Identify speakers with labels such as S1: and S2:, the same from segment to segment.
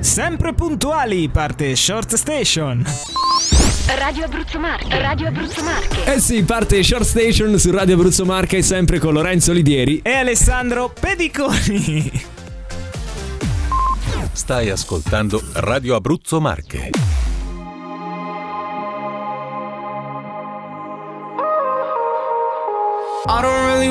S1: Sempre puntuali parte Short Station.
S2: Radio Abruzzo Marche, Radio Abruzzo Marche,
S3: Eh sì, parte Short Station su Radio Abruzzo Marca e sempre con Lorenzo Lidieri.
S1: E Alessandro Pediconi.
S4: Stai ascoltando Radio Abruzzo Marche.
S5: I don't really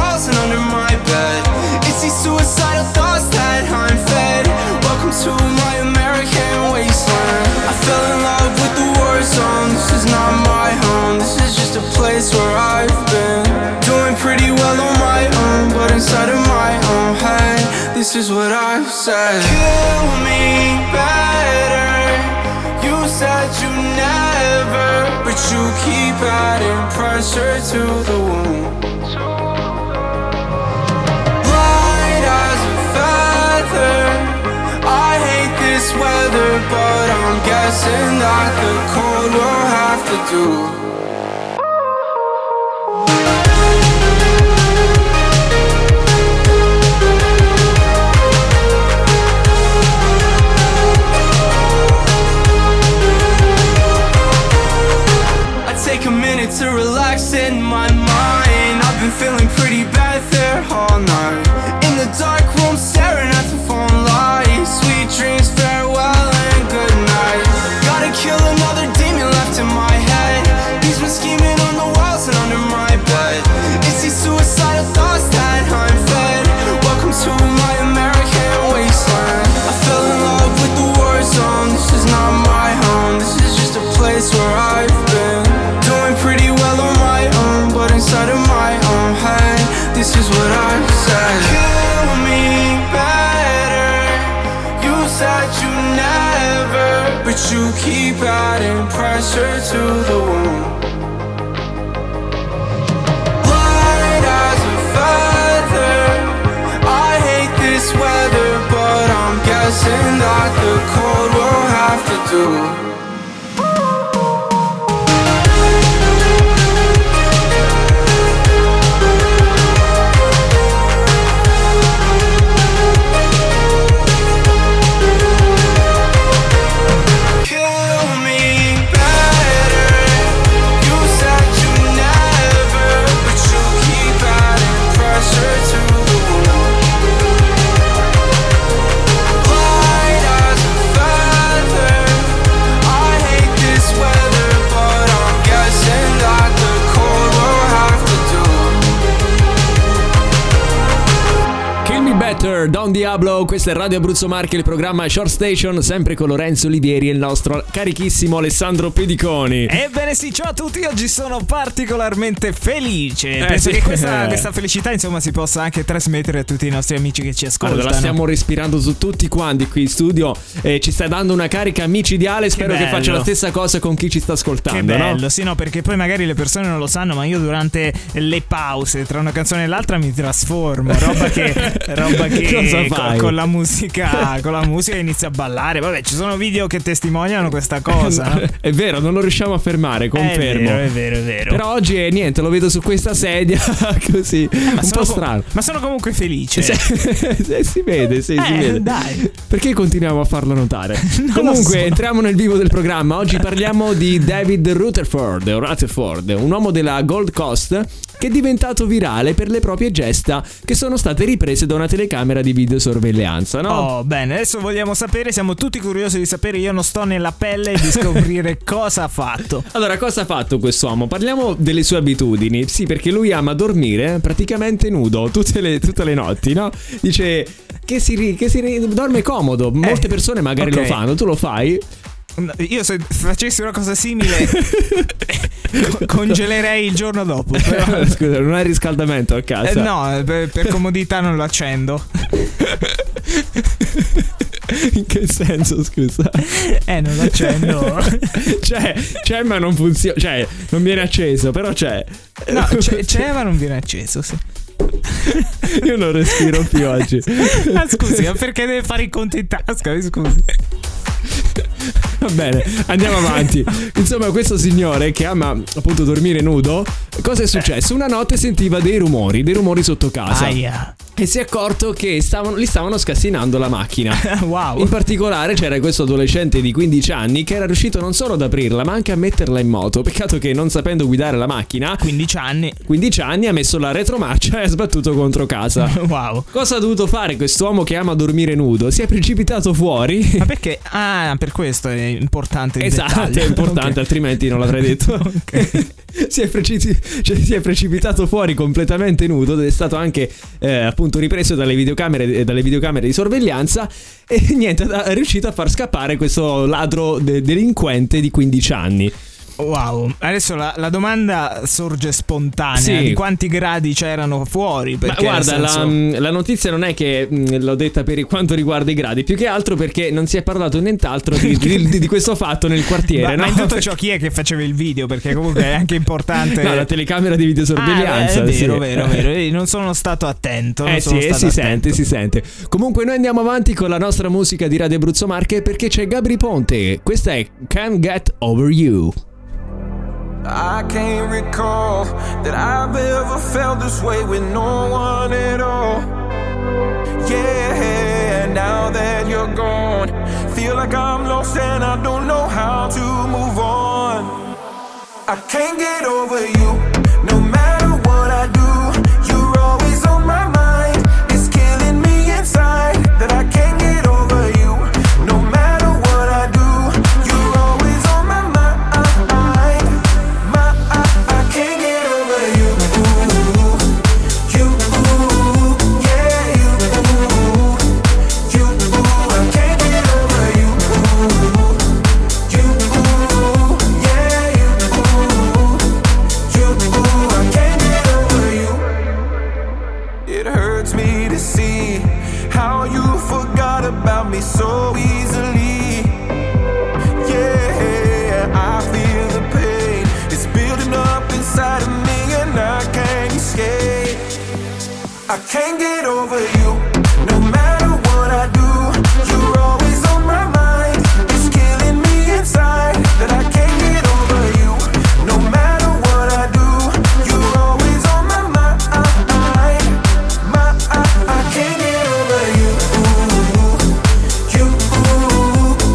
S5: walls and under my bed. It's these suicidal thoughts that I'm fed. Welcome to my American wasteland. I fell in love with the war zone. This is not my home. This is just a place where I've been doing pretty well on my own, but inside of my own head, this is what I've said. Kill me better. You said you never, but you keep adding pressure to the wound. Light as a feather. I hate this weather, but I'm guessing that the cold will have to do. I take a minute to relax in my mind. I've been feeling pretty bad there all night. In the dark room, staring at the phone lights. Sweet dreams, farewell and good night. Gotta kill another demon left in my head. He's been scheming on the walls and under my bed. It's these suicidal thoughts that I'm fed. Welcome to my American wasteland. I fell in love with the war zone. This is not my home. This is just a place where I've been doing pretty well on my own, but inside of my own head, this is what I said. Kill me better. You said you never, but you keep adding pressure to the wound. Light as a feather. I hate this weather, but I'm guessing that the cold will have to do. Kill me better. You said you never, but you keep adding pressure to the wound. Light as a feather. I hate this weather, but I'm guessing that the cold will have to do.
S3: Kill Me Better, Don Diablo, questo è Radio Abruzzo Marche, il programma Short Station, sempre con Lorenzo Lidieri e il nostro carichissimo Alessandro Pediconi.
S1: Ebbene sì, ciao a tutti, oggi sono particolarmente felice.
S3: Eh,
S1: Penso
S3: sì.
S1: che questa, questa felicità insomma si possa anche trasmettere a tutti i nostri amici che ci ascoltano.
S3: Allora, Ecco, la stiamo respirando su tutti quanti qui in studio e ci sta dando una carica micidiale. Spero che
S1: bello.
S3: faccia la stessa cosa con chi ci sta ascoltando.
S1: Che bello,
S3: no?
S1: sì no, perché poi magari le persone non lo sanno, ma io durante le pause tra una canzone e l'altra mi trasformo, roba che, roba che
S3: Cosa
S1: co-
S3: fai?
S1: Con, la musica, con la musica inizio a ballare. Vabbè, ci sono video che testimoniano questa cosa. no?
S3: È vero, non lo riusciamo a fermare, confermo.
S1: È vero, è vero, è vero.
S3: Però oggi eh, niente, lo vedo su questa sedia così,
S1: Eh, Ma
S3: un
S1: sono
S3: po'
S1: co-
S3: strano.
S1: Ma sono comunque felice.
S3: Eh, si vede, sì, si
S1: Cioè, Eh,
S3: vede.
S1: dai.
S3: Perché continuiamo a farlo notare? Comunque,
S1: so.
S3: entriamo nel vivo del programma. Oggi parliamo di David Rutherford, o Rutherford, un uomo della Gold Coast che è diventato virale per le proprie gesta che sono state riprese da una telecamera di videosorveglianza, no?
S1: Oh, bene, adesso vogliamo sapere, siamo tutti curiosi di sapere, io non sto nella pelle di scoprire cosa ha fatto.
S3: Allora, cosa ha fatto quest'uomo? Parliamo delle sue abitudini. Sì, perché lui ama dormire praticamente nudo tutte le, tutte le notti, no? Dice che si, ri- che si ri- dorme comodo. Molte persone magari
S1: Eh, ok.
S3: lo fanno, tu lo fai.
S1: No, Io se facessi una cosa simile co- congelerei il giorno dopo. Però...
S3: Scusa, non hai riscaldamento a
S1: Eh,
S3: casa.
S1: no, eh, per, per comodità non lo accendo.
S3: In che senso, scusa?
S1: Eh, non lo accendo.
S3: C'è, c'è ma non funziona. Cioè, non viene acceso, però c'è. Cioè,
S1: No, c'è, c'è, ma non viene acceso. sì.
S3: Io non respiro più oggi.
S1: Ah, scusi, ma perché deve fare i conti in tasca? Mi scusi.
S3: Va bene, andiamo avanti. Insomma, questo signore che ama appunto dormire nudo, cosa
S1: Eh.
S3: è successo? Una notte sentiva dei rumori, dei rumori sotto casa.
S1: Aia.
S3: E si è accorto che stavano, gli stavano scassinando la macchina.
S1: Wow.
S3: In particolare c'era questo adolescente di 15 anni che era riuscito non solo ad aprirla, ma anche a metterla in moto. Peccato che non sapendo guidare la macchina,
S1: 15 anni.
S3: 15 anni ha messo la retromarcia e ha sbattuto contro casa.
S1: Wow.
S3: Cosa ha dovuto fare quest'uomo che ama dormire nudo? Si è precipitato fuori.
S1: Ma perché? Ah, per questo è importante il
S3: Esatto,
S1: dettaglio.
S3: è importante,
S1: Ok.
S3: altrimenti non l'avrei detto. si, è precipi- cioè, si è precipitato fuori completamente nudo ed è stato anche eh, appunto ripreso dalle videocamere, eh, dalle videocamere di sorveglianza e niente, ha- è riuscito a far scappare questo ladro de- delinquente di 15 anni.
S1: Wow, adesso la, la domanda sorge spontanea:
S3: Sì.
S1: di quanti gradi c'erano fuori? Perché
S3: Ma guarda,
S1: nel
S3: la,
S1: senso-
S3: mh, la notizia non è che mh, l'ho detta per quanto riguarda i gradi, più che altro perché non si è parlato nient'altro di, di- di- di questo fatto nel quartiere.
S1: Ma,
S3: no?
S1: ma in tutto ciò chi è che faceva il video? Perché comunque è anche importante.
S3: No, la telecamera di videosorveglianza.
S1: Ah, è vero,
S3: sì.
S1: vero, vero. Eh, Non sono stato attento. non
S3: Eh
S1: sono
S3: sì, eh,
S1: stato
S3: si
S1: attento.
S3: sente, si sente. Comunque noi andiamo avanti con la nostra musica di Radio Abruzzo Marche perché c'è Gabri Ponte. Questa è Can't Get Over You.
S5: I can't recall that I've ever felt this way with no one at all. Yeah, now that you're gone, feel like I'm lost and I don't know how to move on. I can't get over you, no matter what I do. You're always on my mind, it's killing me inside that I can't get over you. No matter what I do, you're always on my mind. My, I, I can't get over you. You, yeah, you, you, I can't get over you. You, yeah, you, you, I can't get over you. It hurts me to see how you forgot about me so easily. Yeah, I feel the pain. It's building up inside of me and I can't escape. I can't get over you. No matter what I do, you're always on my mind. It's killing me inside that I can't get over you. No matter what I do, you're always on my mind. My, I, I can't get over you. You,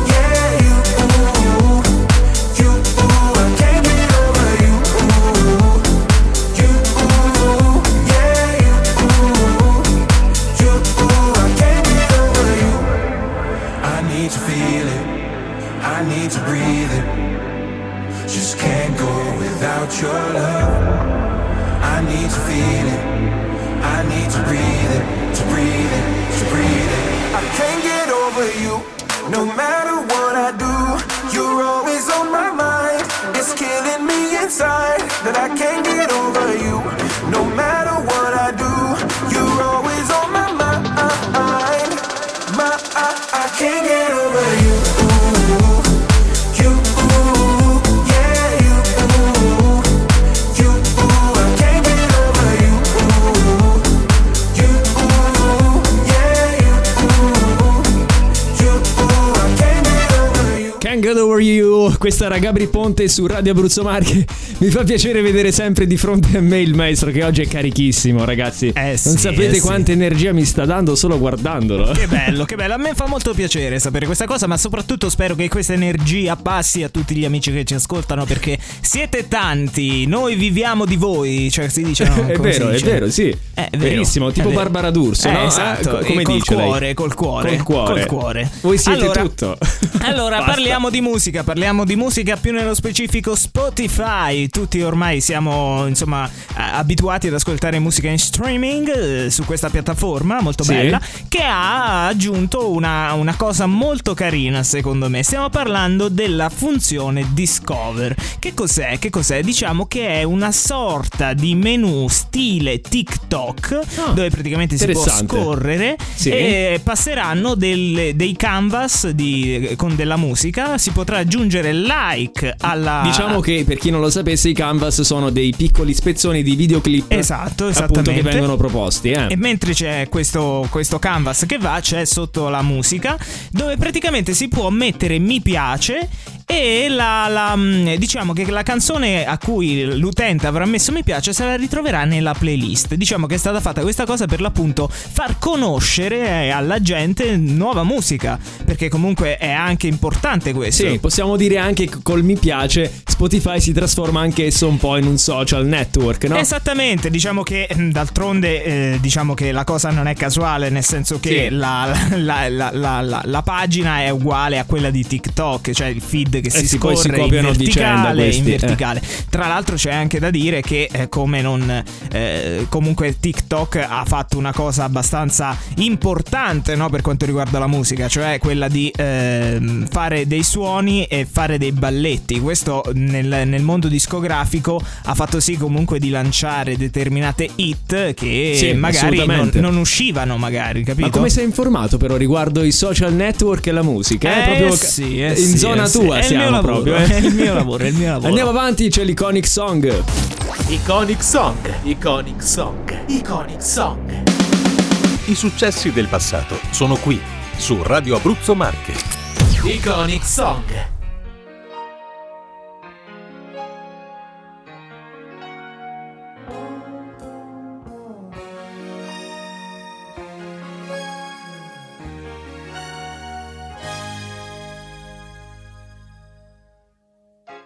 S5: yeah, you. You, I can't get over you. You, yeah, you. You, I can't get over you. I need to feel it. I need to breathe it. Just can't go without your love. I need to feel it. I need to breathe it. To breathe it. To breathe it. I can't get over you. No matter what I do, you're always on my mind. It's killing me inside that I can't get over you. No matter what I do, you're always on my mind. My, I, I can't get over you. You, yeah, you. You, I can't get over you. You, yeah, you. You, I can't get over you.
S3: Can't Get Over You. Questa era Gabri Ponte su Radio Abruzzo Marche. Mi fa piacere vedere sempre di fronte a me il maestro che oggi è carichissimo, ragazzi.
S1: Eh sì,
S3: non sapete
S1: eh sì.
S3: quanta energia mi sta dando solo guardandolo.
S1: Che bello, che bello. A me fa molto piacere sapere questa cosa, ma soprattutto spero che questa energia passi a tutti gli amici che ci ascoltano perché siete tanti. Noi viviamo di voi, cioè si dice no,
S3: è
S1: come si
S3: vero, è
S1: dice?
S3: vero, sì.
S1: Eh, è vero,
S3: Verissimo,
S1: è
S3: tipo
S1: vero.
S3: Barbara D'Urso,
S1: Eh,
S3: no?
S1: Esatto,
S3: Ah, co- come
S1: col
S3: dice lei?
S1: cuore, col cuore,
S3: Col cuore.
S1: col cuore.
S3: Voi siete
S1: Allora-
S3: tutto.
S1: Allora
S3: Basta.
S1: parliamo di di musica, parliamo di musica più nello specifico Spotify. Tutti ormai siamo, insomma, a- abituati ad ascoltare musica in streaming eh, su questa piattaforma molto
S3: Sì.
S1: bella che ha aggiunto una, una cosa molto carina, secondo me. Stiamo parlando della funzione Discover. Che cos'è? Che cos'è? Diciamo che è una sorta di menu stile TikTok
S3: Ah,
S1: dove praticamente si può
S3: interessante.
S1: scorrere
S3: Sì.
S1: e passeranno delle- dei canvas di- con della musica. Si potrà aggiungere like alla.
S3: Diciamo che per chi non lo sapesse, i canvas sono dei piccoli spezzoni di videoclip
S1: Esatto,
S3: appunto che
S1: esattamente.
S3: vengono proposti. Eh.
S1: E mentre c'è questo, questo canvas che va, c'è sotto la musica, dove praticamente si può mettere mi piace. E la, la, mh, diciamo che la canzone a cui l'utente avrà messo mi piace se la ritroverà nella playlist. Diciamo che è stata fatta questa cosa per l'appunto far conoscere eh, alla gente nuova musica. Perché comunque è anche importante questo.
S3: Sì, possiamo dire anche che col mi piace Spotify si trasforma anch'esso un po' in un social network, no?
S1: Esattamente, diciamo che mh, d'altronde eh, diciamo che la cosa non è casuale, nel senso che
S3: Sì.
S1: la, la- la- la- la- la pagina è uguale a quella di TikTok, cioè il feed che si
S3: Eh sì,
S1: scorre
S3: poi si
S1: in
S3: copiano a vicenda
S1: verticale,
S3: questi,
S1: in
S3: eh.
S1: verticale. Tra l'altro c'è anche da dire che eh, come non eh, comunque TikTok ha fatto una cosa abbastanza importante no, per quanto riguarda la musica, cioè quella di ehm, fare dei suoni e fare dei balletti. Questo nel, nel mondo discografico ha fatto sì comunque di lanciare determinate hit che
S3: Sì,
S1: magari non,
S3: assolutamente.
S1: non uscivano, magari, capito?
S3: Ma come sei informato però riguardo i social network e la musica? eh?
S1: Eh,
S3: proprio
S1: sì, eh,
S3: in
S1: sì,
S3: zona
S1: eh, sì.
S3: tua
S1: È il
S3: siamo
S1: mio lavoro, eh,
S3: proprio. eh.
S1: è il mio lavoro, è il mio lavoro.
S3: Andiamo avanti, c'è l'iconic song.
S6: Iconic Song, Iconic Song, Iconic Song.
S4: I successi del passato sono qui, su Radio Abruzzo Marche.
S6: Iconic Song.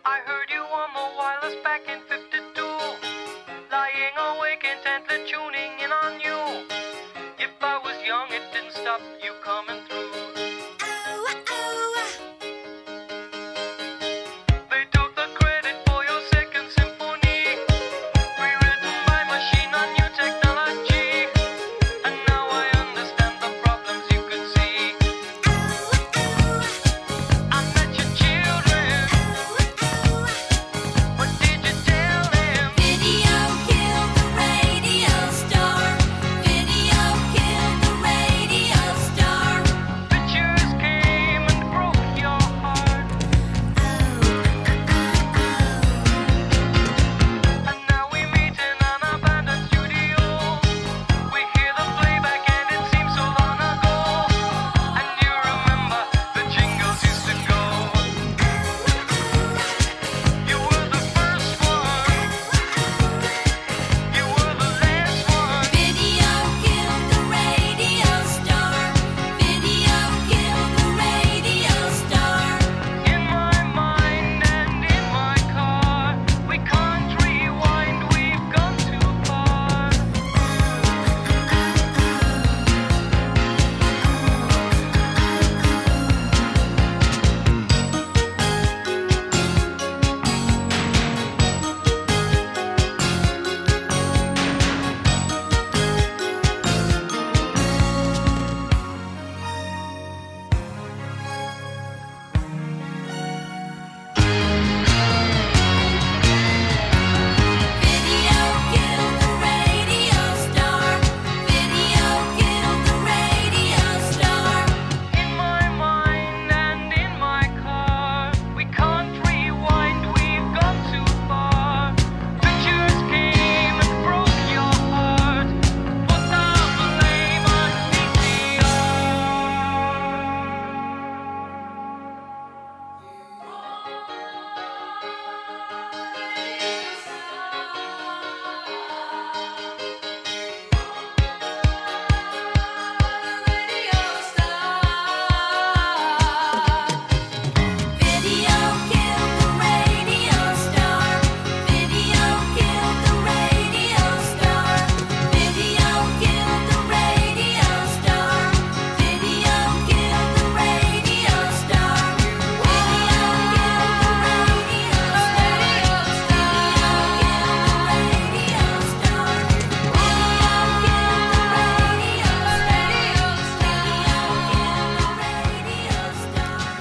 S7: I heard you on the wireless back in 52. Lying awake intently tuning in on you. If I was young, it didn't stop you coming through.
S8: Oh, oh,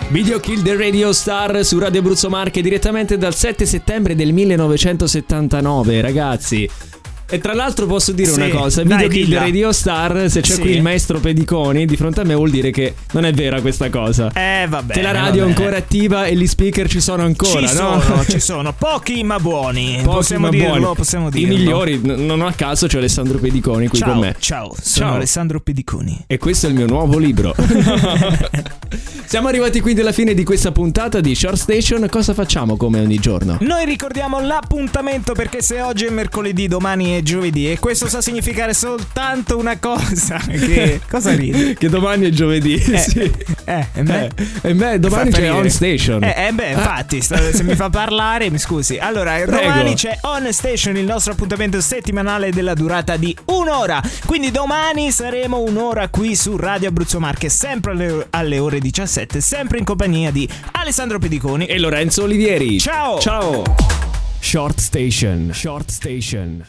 S3: Video Kill the Radio Star su Radio Abruzzo Marche direttamente dal 7 settembre del 1979, ragazzi. E tra l'altro posso dire
S1: Sì,
S3: una cosa,
S1: dai,
S3: Video Kill the
S1: dilla.
S3: Radio Star, se c'è
S1: Sì.
S3: qui il maestro Pediconi di fronte a me vuol dire che non è vera questa cosa.
S1: Eh, vabbè.
S3: che la radio è
S1: vabbè.
S3: ancora attiva e gli speaker ci sono ancora,
S1: Ci
S3: no?
S1: sono, ci sono. Pochi ma buoni.
S3: Pochi,
S1: possiamo
S3: ma
S1: dirlo,
S3: buoni.
S1: possiamo
S3: I
S1: dirlo.
S3: migliori, n- non a caso c'è Alessandro Pediconi qui
S1: Ciao,
S3: con me.
S1: ciao, sono
S3: Ciao.
S1: Alessandro Pediconi.
S3: E questo è il mio nuovo libro. Siamo arrivati quindi alla fine di questa puntata di Short Station. Cosa facciamo come ogni giorno?
S1: Noi ricordiamo l'appuntamento perché se oggi è mercoledì, domani è giovedì e questo sa significare soltanto una cosa. Che cosa ridi?
S3: Che domani è giovedì.
S1: Eh,
S3: sì.
S1: eh, e me?
S3: Eh, e me, domani
S1: Fa- fa
S3: c'è
S1: ridere.
S3: On Station.
S1: Eh, eh, beh, infatti, sta- se mi fa parlare, mi scusi. Allora, domani c'è On Station, il nostro appuntamento settimanale della durata di un'ora. Quindi domani saremo un'ora qui su Radio Abruzzo Marche, sempre alle, alle ore 17, sempre in compagnia di Alessandro Pediconi.
S3: E Lorenzo Olivieri.
S1: Ciao!
S3: Ciao. Short Station. Short Station.